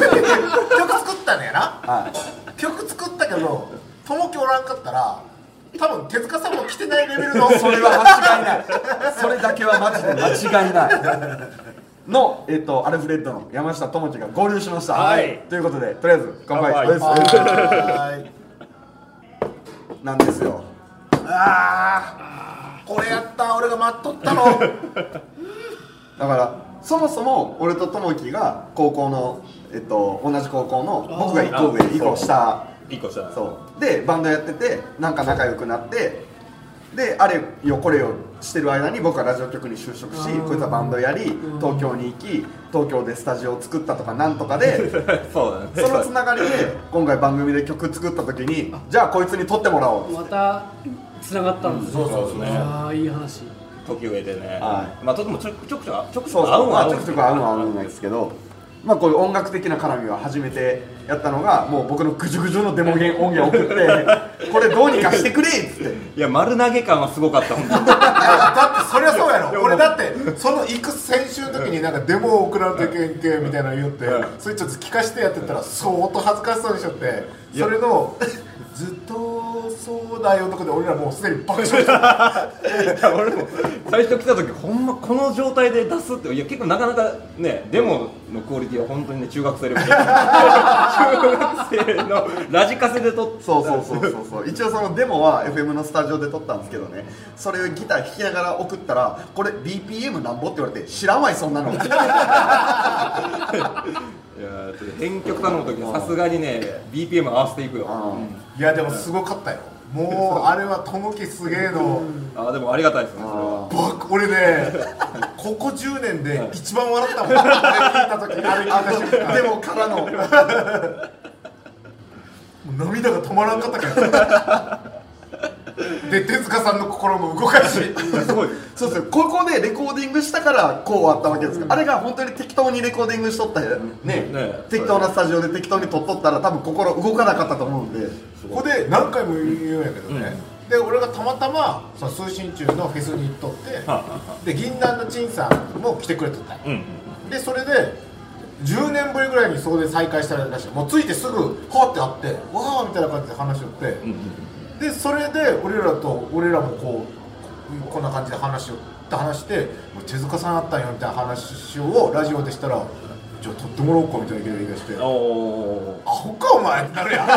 S1: たのやな、曲作ったけど友樹おらんかったら多分手塚さんも来てないレベルの
S2: それは間違いないそれだけはマジで間違いないの、えっとアルフレッドの山下智樹が合流しました、はい、ということでとりあえず乾杯
S1: はい
S2: なんですよ
S1: これやった俺が待っとった
S2: [laughs]
S1: の
S2: だからそもそも俺と友樹が高校の、えっと、同じ高校の僕が1個上1個下
S11: 一個した
S2: そうでバンドやっててなんか仲良くなってであれよこれよしてる間に僕はラジオ局に就職しこいつはバンドやり東京に行き東京でスタジオを作ったとかなんとか
S1: [laughs]
S2: で
S11: そうだ
S2: そ
S11: ね
S2: のつながりで今回番組で曲作った時にじゃあこいつに撮ってもらおうっつって
S4: また繋がったんですそうそうね。ああいい話。
S11: 時上でね、
S2: は
S11: まあとてもちょくちょくちょくちょくち
S2: そ
S11: ょ
S2: う
S11: く
S2: そ
S11: 合
S2: う
S11: う
S2: まあ
S11: わ
S2: ちょくちょく合うのは合うんですけど、まあ、こういう音楽的な絡みは初めてやったのがもう僕のぐじゅぐじゅのデモ源音源送ってこれどうにかしてくれっつって
S11: いや丸投げ感はすごかった本
S2: [laughs]
S11: 当に
S1: だってそりゃそうやろ俺だってその行く先週の時になんかデモを送らんといけんけみたいなの言ってそれちょっと聞かしてやってたら相当恥ずかしそうにしちゃってそれのずっとそうだよとかで俺らもうすでに爆笑してた
S11: いや俺も最初来た時ほんまこの状態で出すっていや結構なかなかねデモのクオリティは本当にね中学生レベル中学生のラジカセで撮って
S2: そうそうそうそうそう一応そのデモは FM のスタジオで撮ったんですけどねそれをギター弾きながら送ったらこれ BPM なんぼって言われて知らんわいそんなの
S11: いやちょっと編曲頼む時はさすがにね BPM 合わせていくよ
S1: いやでもすごかったよもうあれはともきすげえの
S11: あでもありがたいですねそれは
S1: 僕俺ねここ10年で一番笑ったもんあれ聞いた時あれ聞いた瞬間
S2: デモか
S1: [laughs]
S2: らの
S1: もう涙が止まらんかったからで手塚さんの心も動かし
S11: すごい
S2: そうですよここでレコーディングしたからこうあったわけですから、あれが本当に適当にレコーディングしとったよね
S11: ね
S2: 適当なスタジオで適当に撮っとったら多分心動かなかったと思うんで
S1: ここで何回も言うんやけどね、で俺がたまたまその通信中のフェスに行っとってで銀杏の陳さんも来てくれとったんよ、でそれで10年ぶりぐらいにそこで再会したらしいもう着いてすぐほって会ってわーみたいな感じで話しよって、でそれで俺らと俺らもこうこんな感じで話しよって話してもう手塚さんあったんよみたいな話をラジオでしたらじゃあ撮ってもらおうかみたいな言い出して
S11: おお
S1: 「アホかお前」ってなるやん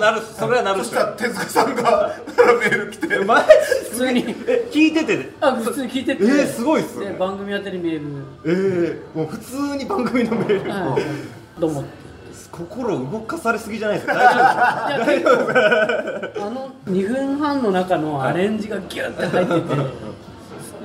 S11: なるそれはなる
S1: そ
S11: っ
S1: し
S11: す
S1: たら手塚さんがメール来て
S11: えマジ
S4: 普通に。
S11: え聞いてて
S4: あ普通に聞いてて。
S11: えー、すごいっす
S4: で
S11: ね
S4: 番組宛てにメール。
S11: えー、もう普通に番組のメール
S4: どうも。
S11: 心動かされすぎじゃないですか大丈夫です
S4: あ
S11: か
S4: の2分半の中のアレンジがギュッて入って
S11: [laughs]
S4: て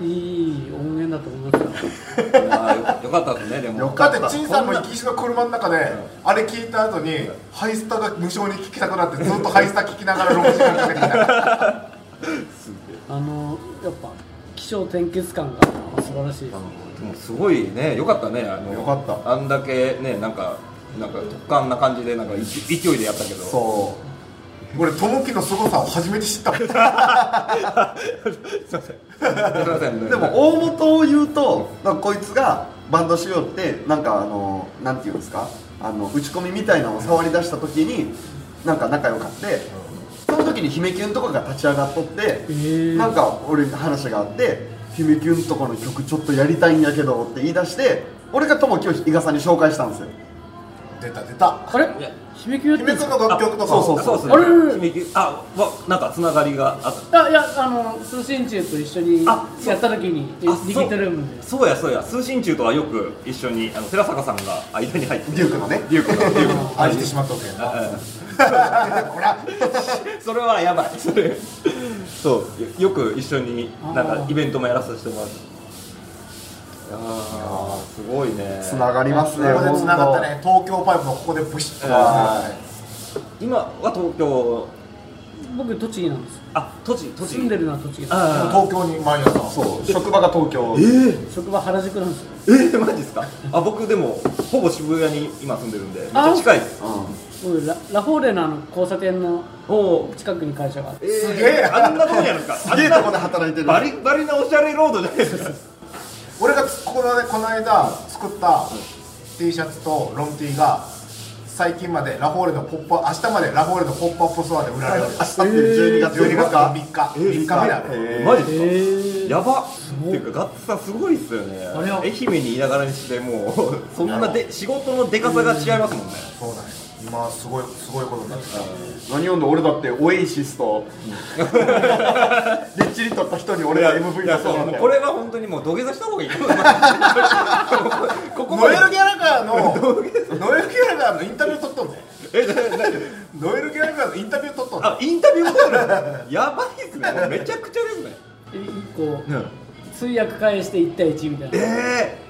S4: いい音源だと思いますよ
S11: 大丈夫ですかよかったですねでも
S12: だって陳さんも行きしの車の中であれ聞いた後にハイスタが無償に聴きたくなってずっとハイスタ聴きながら6時間かけてきた
S4: あのやっぱ起承転結感が素晴らしいです
S11: でもすごいねよかったねあの
S12: よかった
S11: あんだけねなんかなんか突貫な感じでなんかい勢いでやったけど
S12: そう俺友樹の凄さを初めて知ったもん
S11: すいませんね
S2: でも大元を言うとなんかこいつがバンドしようってなんかあのなんていうんですかあの打ち込みみたいなのを触り出した時になんか仲良かってその時に姫キュンとかが立ち上がっとってなんか俺に話があって姫キュンとかの曲ちょっとやりたいんやけどって言い出して俺が友樹を伊賀さんに紹介したんですよ
S12: 出た出た
S4: あれ響きやってる
S12: 姫
S4: んです
S12: 君
S4: か
S12: の楽曲とか
S11: そうそうそう
S4: あれ
S11: そうですねあわなんかつながりがあっ
S4: あいやあの通信中と一緒にや
S11: あそう
S4: った時に
S11: あ
S4: リキッドルームで
S11: そうやそうや通信中とはよく一緒にあの寺坂さんが間に入って
S12: デュークのね
S11: デュー
S2: [laughs]
S11: クのデュークの
S12: 愛してしまったわけやなこら
S11: それは
S2: [laughs]
S11: やばいそれそうよよく一緒になんかイベントもやらさせてもらってああすごいね
S2: つながります
S12: こ
S2: ね
S12: こで繋がった
S2: 本
S12: ね東京パイプのここでブシッと
S11: は今は東京
S4: 僕栃木なんですよ
S11: あ栃木栃木
S4: 住んでるのは栃木です
S11: あ
S12: 東京に毎朝
S2: 当そう職場が東京
S4: 職場原宿なんですよ
S11: ーえー、マジですかあ僕でもほぼ渋谷に今住んでるんでめっちゃ近いです
S4: 僕ララフォーレのあの交差点の
S11: おお
S4: 近くに会社があって
S11: す
S12: げえ
S11: あんなとこにあるんです
S2: す
S11: か
S2: げえとこで働いてる
S11: バリバリなおしゃれロードじゃないですか
S12: 俺がこのこの間作った T シャツとロン T が最近までラフォーレのポップアップ明日までラフォーレのポップアップストアで売られる
S2: 明日って12月
S12: 12
S2: 4
S12: 月
S2: 日
S12: 3日3日目だね
S2: えー
S11: マジですかやばっていうかガッツさんすごいっすよね愛媛にいながらにしてもう [laughs] そんなで仕事のでかさが違いますもんね
S12: そうだね今すごいすごいことになってきた
S2: 何読んで俺だってオエイシス
S11: [laughs]
S2: とでっちり取った人に俺が MV 出そうなんだ
S11: もう
S2: よ
S11: これは本当にもう土下座した方がいいここま
S12: ノ
S11: で
S12: エル・ギャラガーのノエル・ギャラガーのインタビュー撮っとんね
S11: えなな
S12: ノエル・ギャラガーのインタビュー撮っとんね
S11: あインタビューも撮るやばいっすねもうめちゃくちゃですね
S4: 1個通訳返して1対1みたいな
S11: ええ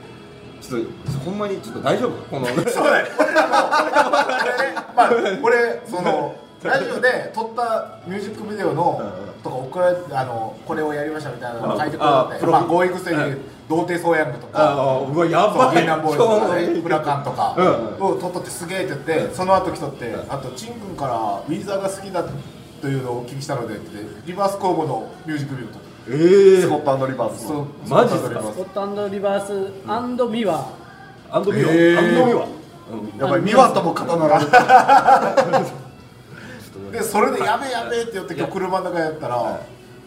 S11: ちょっとほんまにちょっと大丈夫 [laughs] この
S12: そうだよ俺らも俺ねまあ俺そのラジオで撮ったミュージックビデオのとか送られてあのこれをやりましたみたいなのを書いてくれた
S11: あ
S12: ん
S11: プ
S12: で
S11: ロ
S12: まあゴーイングステージ童貞ソーヤングとか
S11: あうわや
S12: そう
S11: ばい
S12: ゲイナンボーイズとかねフラカンとか
S11: う
S12: を撮っとってすげえって言ってその後来とってあとチン君からウィーザーが好きだというのをお聞きしたのでってリバース工房のミュージックビデオ撮って
S11: ええ
S2: スコットリバース
S12: そ
S2: の
S12: う
S11: マジっすか
S12: リバー
S4: スコットリバースアンドミワ
S11: アンドミワ、
S2: えー
S11: アンドミワ
S2: やばいミワとも肩並べて
S12: でそれでやべえやべえって言って今日車の中やったら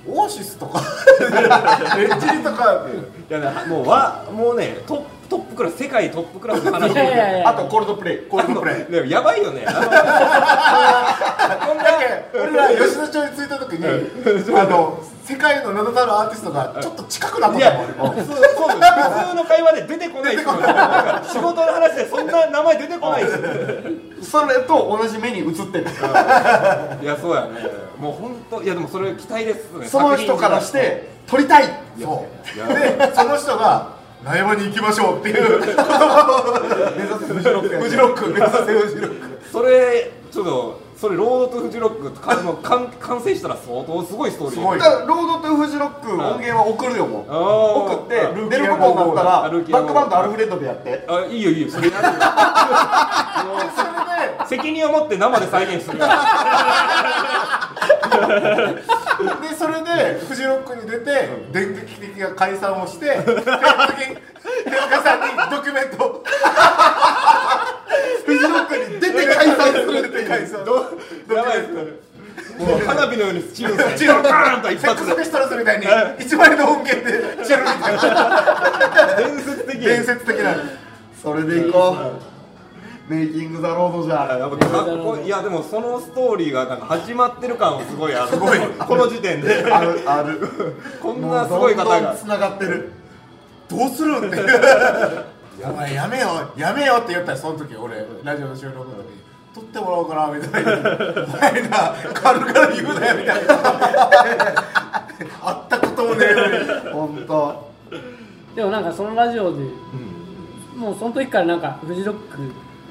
S12: オアシスとかレッチリとか
S11: いやねもうわもうねトップトップクラス世界トップクラス
S4: ー
S11: の話
S4: いやいやいや
S12: あとコールドプレイコールドプレイ
S11: でもやばいよね。あのこんな
S12: 俺ら吉田町に着いた時にあの世界の名だたるアーティストがちょっと近くな
S11: い
S12: った
S11: や
S12: もん、
S11: そうそう普通の会話で出てこないですよ。仕事の話でそんな名前出てこないですよ。
S2: それと同じ目に映ってる
S11: いやそうやね。もう本当いやでもそれ期待ですね。
S2: その人からして撮りたい
S12: そうでその人が苗場に行きましょうっていう言葉を目指せフジロックフジロック目指せフジロック
S11: それちょっとそれロードとフジロックと
S2: [laughs]
S11: かの完完成したら相当すごいストーリー。
S12: すごい
S2: だからロードトゥフジロック音源は送るよもう
S11: あー
S2: 送って
S11: あ
S2: 出ることになったら
S11: あ
S2: バ
S11: ルーキーは
S2: ックバンドアルフレッドでやって
S11: あいいよいいよそれやるよ [laughs] もう責任を持って生で再現するから
S12: でそれでフジロックに出て電撃的な解散をして手塚さんにドキュメントを
S2: [laughs] フジロックに出て解散するっていう
S11: やばいですもう花火のようにスチーム
S12: チロル
S11: バーンと一
S12: セック
S11: 発で
S12: スピストルズみたいに一枚の音源でチェルみたいな
S11: 伝説的
S12: 伝説的な
S2: それでいこうメイキング・ザ・ロードじ
S11: あ
S2: ゃ
S11: やっぱかっこいいいやでもそのストーリーがなんか始まってる感はすごいあるこの時点で
S2: あるある
S11: こんなすごい方
S2: もうどん
S11: が
S2: どん繋がってる
S12: どうするんってお前やめよやめよって言ったらその時俺ラジオの収録の時に撮ってもらおうかなみたいな「お前な軽々言うなよ」みたいなあったこともねえのに本当
S4: でもなんかそのラジオで、もうその時からなんかフジロッ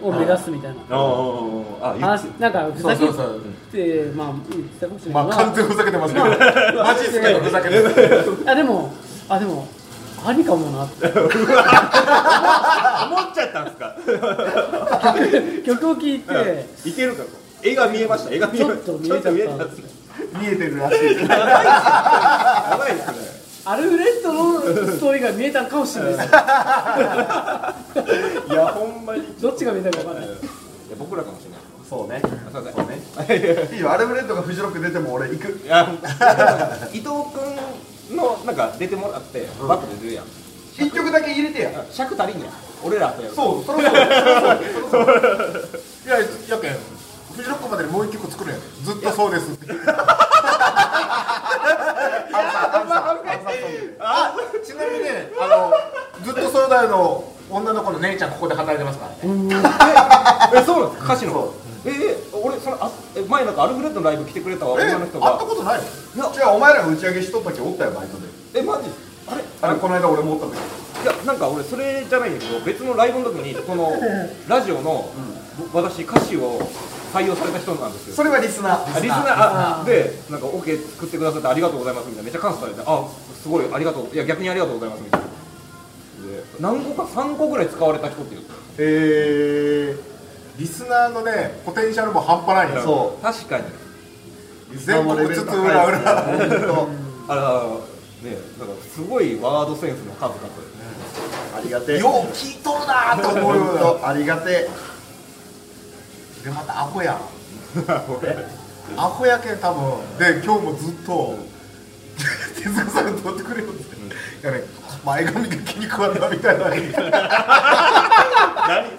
S4: クを目指すみたいな
S11: あああ言っ
S4: 話
S11: て
S4: なんかふざけ
S12: そうそうそう
S4: てまあ言ってたかもしれない
S12: まあ
S4: な
S12: 完全ふざけてますけどマジっすけどふざけてます
S4: あでもあでもありかもなって
S11: 思っちゃったんですか
S4: 曲を聴いて
S11: いけるか絵が見えました絵が見えました
S4: ちょっと見えちゃった
S11: ちょっと見えたっすね
S12: 見えてるらしい
S11: やばいっすね
S4: アルフレッドのストーリーが見えたかもしれないです
S11: いやほんまにい
S4: どっちが見えたか分かんない
S11: や僕らかもしれない
S13: そうね
S11: あそうだそうね
S13: いいよアルフレッドがフジロック出ても俺行く
S11: いや伊藤君のなんか出てもらってバックで出るやん
S13: 一曲だけ入れてや
S11: 尺足りんやん俺らとやる
S12: そうそろそろそろそろいややけんフジロックまでにもう一曲作るやんずっとそうですってあちなみにねあのずっとそうだよの女の子の姉ちゃんここで働いてますからね
S11: えそうなんですか歌詞の方ええ俺それあえ前なんかアルフレッドのライブ来てくれたわ
S12: え
S11: 女
S12: 会
S11: の
S12: った
S11: 人が
S12: ことないの
S11: いや
S13: じゃあお前らが打ち上げしとった時おったよバイトで
S11: えマジあれ
S13: あれこの間俺もおった時
S11: いやなんか俺それじゃないんだけど別のライブの時にこのラジオの、私歌詞を採用された人なんですよ
S13: それはリスナー
S11: あリスナーあでなんかオケ作ってくださってありがとうございますみたいなめっちゃ感謝されてあすごいありがとういや逆にありがとうございますみたいなで何個か3個ぐらい使われた人っていう
S12: えー、リスナーのねポテンシャルも半端ないんよ
S13: そ
S11: 確かに
S12: 全国津々浦々
S11: あらねなんかすごいワードセンスの数々
S13: ありがてえ
S12: よう聞いとるなーと思うような
S13: ほんとありがてえ
S12: でまたアホやんアホやけん多分で今日もずっと手塚さんが撮ってくれよって、いやね前髪が気に食わんなみたいな
S11: 何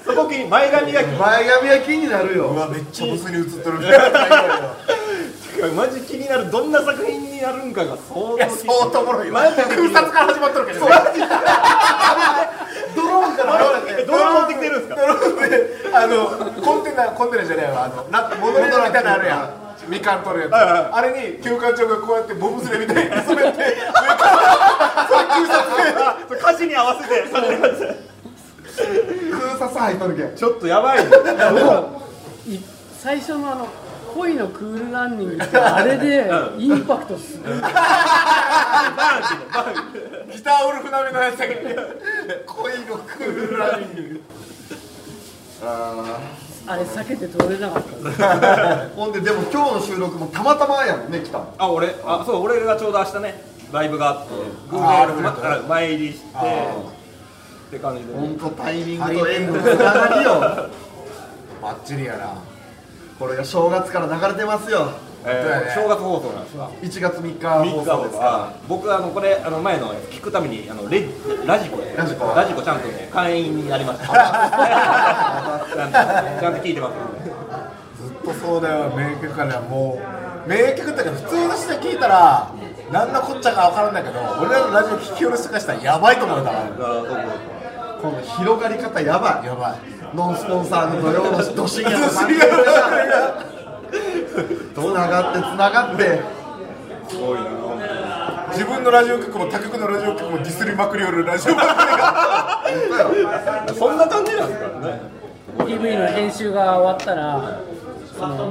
S11: そこ気に前髪が気
S13: 前髪は気になる
S12: う
S13: よ
S12: わめっちゃブスに映ってるみたいな
S11: にマジ気になるどんな作品になるんかが相当
S12: いや
S11: 気に
S12: 相当おもろいよ
S11: マジで
S12: 空撮から始まっとるけどね
S13: ドローンから
S11: えどう持ってきてるんですか
S12: あのコンテナコンテナじゃないわあのラモノレールみたいなのあるやんみかん取るやつ、あれに休館長がこうやってボブスレーみたいに滑
S13: [laughs]
S12: って上からそれ空撮で
S11: それ歌詞に合わせて
S13: 空撮入っとるけん
S11: ちょっとやばいね
S4: い最初のあの恋のクールランニングってあれでインパクトすごい
S12: ギターウルフ並みのやつだけど恋のクールランニング
S4: あれ避けて通れなかった
S13: ほんででも今日の収録もたまたまやもんね来たの
S11: あ俺あそう俺がちょうど明日ねライブがあって偶
S12: あー
S11: 然まあ前入りしてって感じで
S13: ほんとタイミングと縁のつながりよ
S12: バッチリやな
S13: これが正月から流れてますよ
S12: 当やね
S11: えー正月放送なんですが
S13: 1月3日
S11: 3
S13: 放
S11: 日後
S13: 送ですから
S11: あ僕あのこれあの前の聞くためにあのレラジコで
S13: ラジコ
S11: ちゃんとね会員になり
S13: [laughs]
S11: ました [laughs] なんでちゃんと聞いてます
S12: ずっとそうだよ名曲からもう名曲ってか普通の人で聞いたら何のこっちゃか分からんだけど俺らのラジオ聞き下ろしとかしたらやばいと思うから
S13: この広がり方やばい
S12: やばい
S13: ノンスポンサーの土曜のど深夜の番組でつながってつながって
S11: すごいな
S12: 自分のラジオ局も他局のラジオ局もディスりまくりよるラジオ番組が
S11: そんな感じなんですからね
S4: PV の編集が終わったらその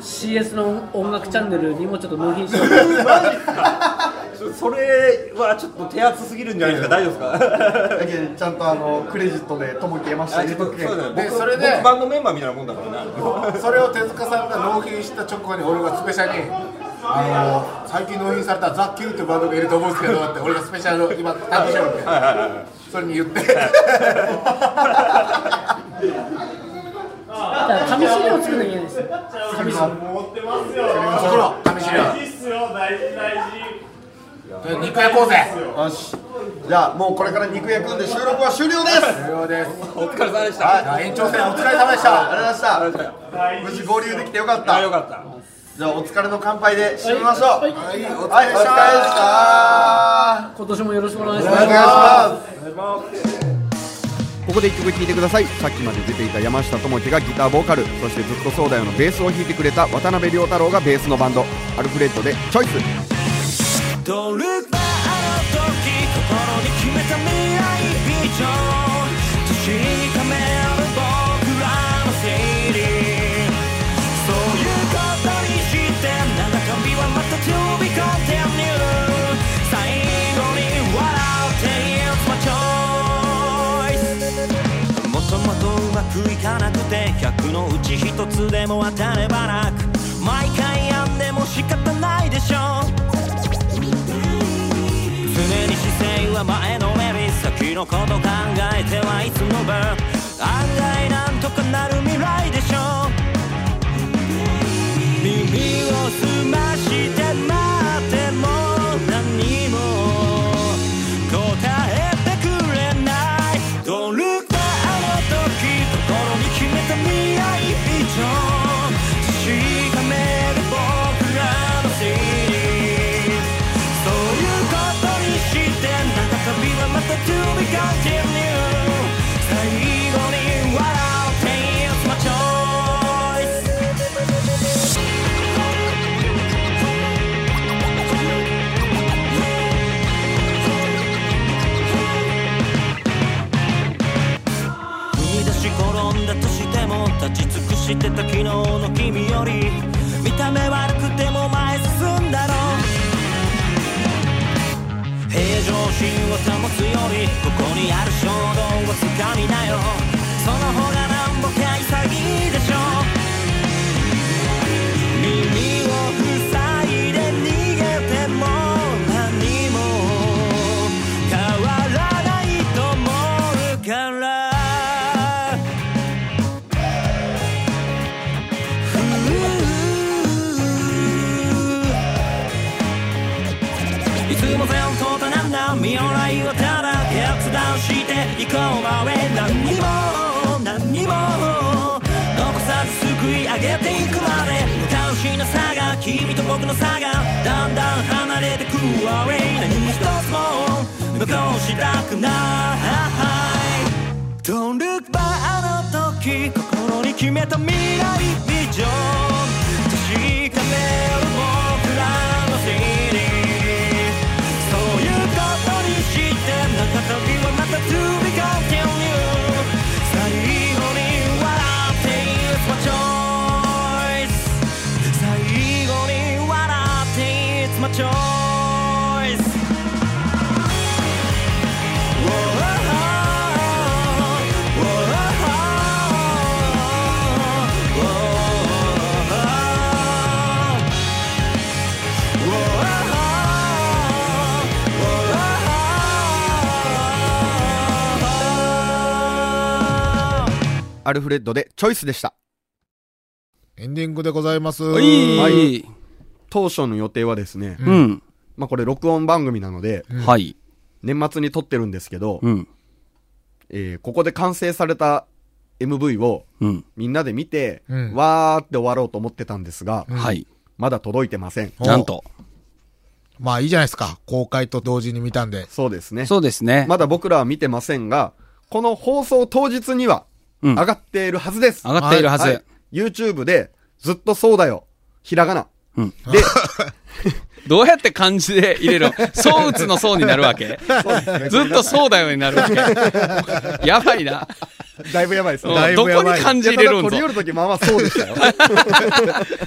S4: CS の音楽チャンネルにもちょっと納品しようと思って
S11: そそれはちょっと手厚すぎるんじゃないですか大丈夫で
S13: だ
S11: すか
S13: けどちゃんとあのクレジットでとも消えました
S11: あ
S13: 入れとくけん
S11: そうだよ
S12: で
S11: 僕
S12: それで
S11: 僕バンドメンバーみたいなもんだからな
S12: それを手塚さんが納品した直後に俺がスペシャルに「あの最近納品されたザ・キューって番組がいると思うんですけど」って俺がスペシャルを今担当してるんでそれに言って
S4: だから紙資料を作んなきゃいけないんですよ
S12: 作ろう試しに肉屋構成
S13: よしじゃあもうこれから肉焼くんで収録は終了です
S12: 無料です
S11: お疲れ様でした、
S12: はい延長戦お疲れ様でした
S13: ありがとうございました無事合流できてよかった
S11: あよかった
S13: じゃあお疲れの乾杯で締めましょうはいお疲れ様でした
S4: 今年もよろしくお願いし
S13: お
S4: ます
S13: 願いします
S4: お
S2: ここで一曲聴いてくださいさっきまで出ていた山下智樹がギターボーカルそしてずっとそうだよのベースを弾いてくれた渡辺良太郎がベースのバンドアルフレッドでチョイス
S12: ドルバーの時心に決めた未来ビジョン確かめる僕らの整理そういうことにして七旅はまた To be continued 最後に笑って It's my choice もともとうまくいかなくて100のうち1つでも当たればなく毎回やんでも仕方ないでしょ常に姿勢は前のめり先のこと考えてはいつも分案外なんとかなる未来でしょ耳を澄まして待っても何も答えてくれないドルバーの時心に決めた未来以上確かめる僕らの正義そういうことにして長旅はまた To be continued 最後に笑って It's my choice 踏み出し転んだとしても立ち尽くしてた昨日の君より見た目悪くても前進んだろ平常心を保つよりここにある衝動をつかみなよその方がなんぼか潔いでしょ耳を塞いで逃げても何も変わらないと思うからいつも前途となんだ未来をただ決断していこうまで何にも何にも残さずすくい上げていくまで昔の差が君と僕の差がだんだん離れてくわれ何一つも残したくないドンルバーの時心に決めた未来ビジョン確かめる僕らのせいにそういうことにして長旅はまた To be continued 最後に笑って It's my choice 最後に笑って It's my choice Oh
S2: アルフレッドでチョイスでした
S1: エンディングでございます。
S2: はい当初の予定はですね、
S1: うん
S2: まあこれ録音番組なので、
S1: うんはい
S2: 年末に撮ってるんですけど、
S3: うん
S2: えーここで完成された MV を
S3: うん
S2: みんなで見て、
S3: うん
S2: わーって終わろうと思ってたんですが、
S3: はい
S2: まだ届いてません。
S3: なんと。
S1: まあいいじゃないですか。公開と同時に見たんで。
S2: そうですね。
S3: [laughs] そうですね。
S2: まだ僕らは見てませんが、この放送当日には上がっているはずです。
S3: 上がっているはず
S2: い YouTube でずっとそうだよ。ひらがな。で、
S3: どうやって漢字で入れるの [laughs] そう打つのそうになるわけずっとそうだよになるわ
S2: [laughs]
S3: けやばいな。
S2: だいぶやばいです
S3: うんだいぶ [laughs] やばいどこに漢字入れるんぞ
S2: いやただ取り寄るときまあまあそうでしたよ。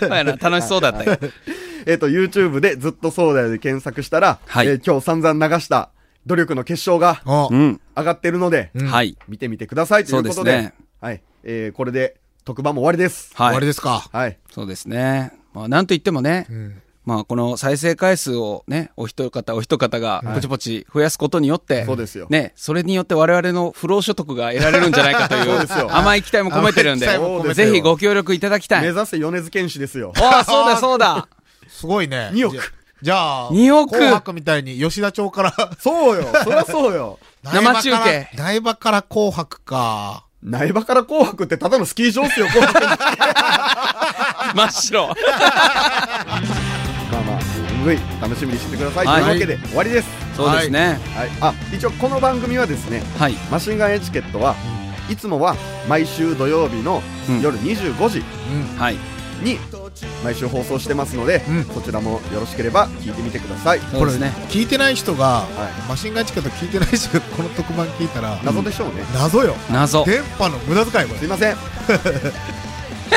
S3: まあな楽しそうだったよ。
S2: [laughs] えっと、YouTube でずっとそうだよで検索したら、えー今日散々流した努力の結晶が上がってるので、
S3: はい
S2: 見てみてくださいということで、
S3: そうですね
S2: はい、えーこれで特番も終わりです。
S3: はい終わりです
S1: か。
S2: はい。
S3: そうですね。まあ、なんといってもね、
S1: ん
S3: まあ、この再生回数をね、お一方お一方が
S2: はい
S3: ポチポチ増やすことによって、
S2: そうですよ
S3: ね、それによって我々の不労所得が得られるんじゃないかとい
S2: [laughs] そう
S3: う
S2: ですよ
S3: 甘い期待も込めてるんで
S2: 甘い期待も込、めてよ
S3: ぜひご協力いただきた
S2: [laughs] 目
S3: い。
S2: 指せ米津玄師ですよ。
S3: ああ、そうだそうだ。
S1: すごいね。
S2: 2
S1: 億。じゃあ、
S3: 2億
S1: 紅白みたいに吉田町から。
S2: そうよ。そりゃそうよ。 [laughs]
S1: 苗場から
S2: 生中。
S1: 苗場から紅白か。
S2: 苗場から紅白ってただのスキー場っすよ、紅白。
S3: [laughs]
S2: [laughs]
S3: 真っ白。
S2: まあまあ、 V 楽しみにしてください、
S3: はい
S2: というわけで終わりです
S3: そうですね
S2: はい、あ一応この番組はですね、マシンガンエチケットはいつもは毎週土曜日の夜25時に毎週放送してますので、そちらもよろしければ聞いてみてください
S1: これ聞いてない人が、マシンガンチケット聞いてない人がこの特番聞いたら
S2: 謎でしょうね
S1: 謎よ
S3: 謎
S1: 電波の無駄遣いこれ
S2: すいません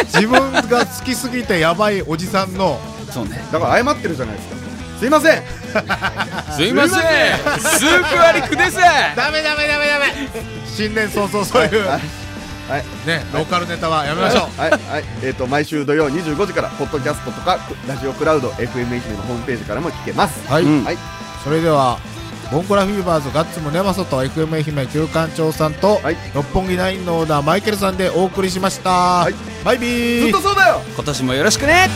S1: 自分が好きすぎてやばいおじさんの
S3: そうね
S2: だから謝ってるじゃないですかすいません
S1: すいませんスープ割りくですダメダメダメダメ新年早々そういう
S2: はい、
S1: ねローカルネタはやめましょう
S2: [laughs] はい、はい、えっ、と、毎週土曜25時から、ポッドキャストとか、ラジオクラウド、FM 愛媛のホームページからも聞けます。
S1: はい
S2: うんはい、
S1: それではボンコラフィーバーズガッツムネマソと FM 愛媛旧館長さんと、六本木ナインのオーナーマイケルさんでお送りしました、バイビー
S3: 今年もよろしくね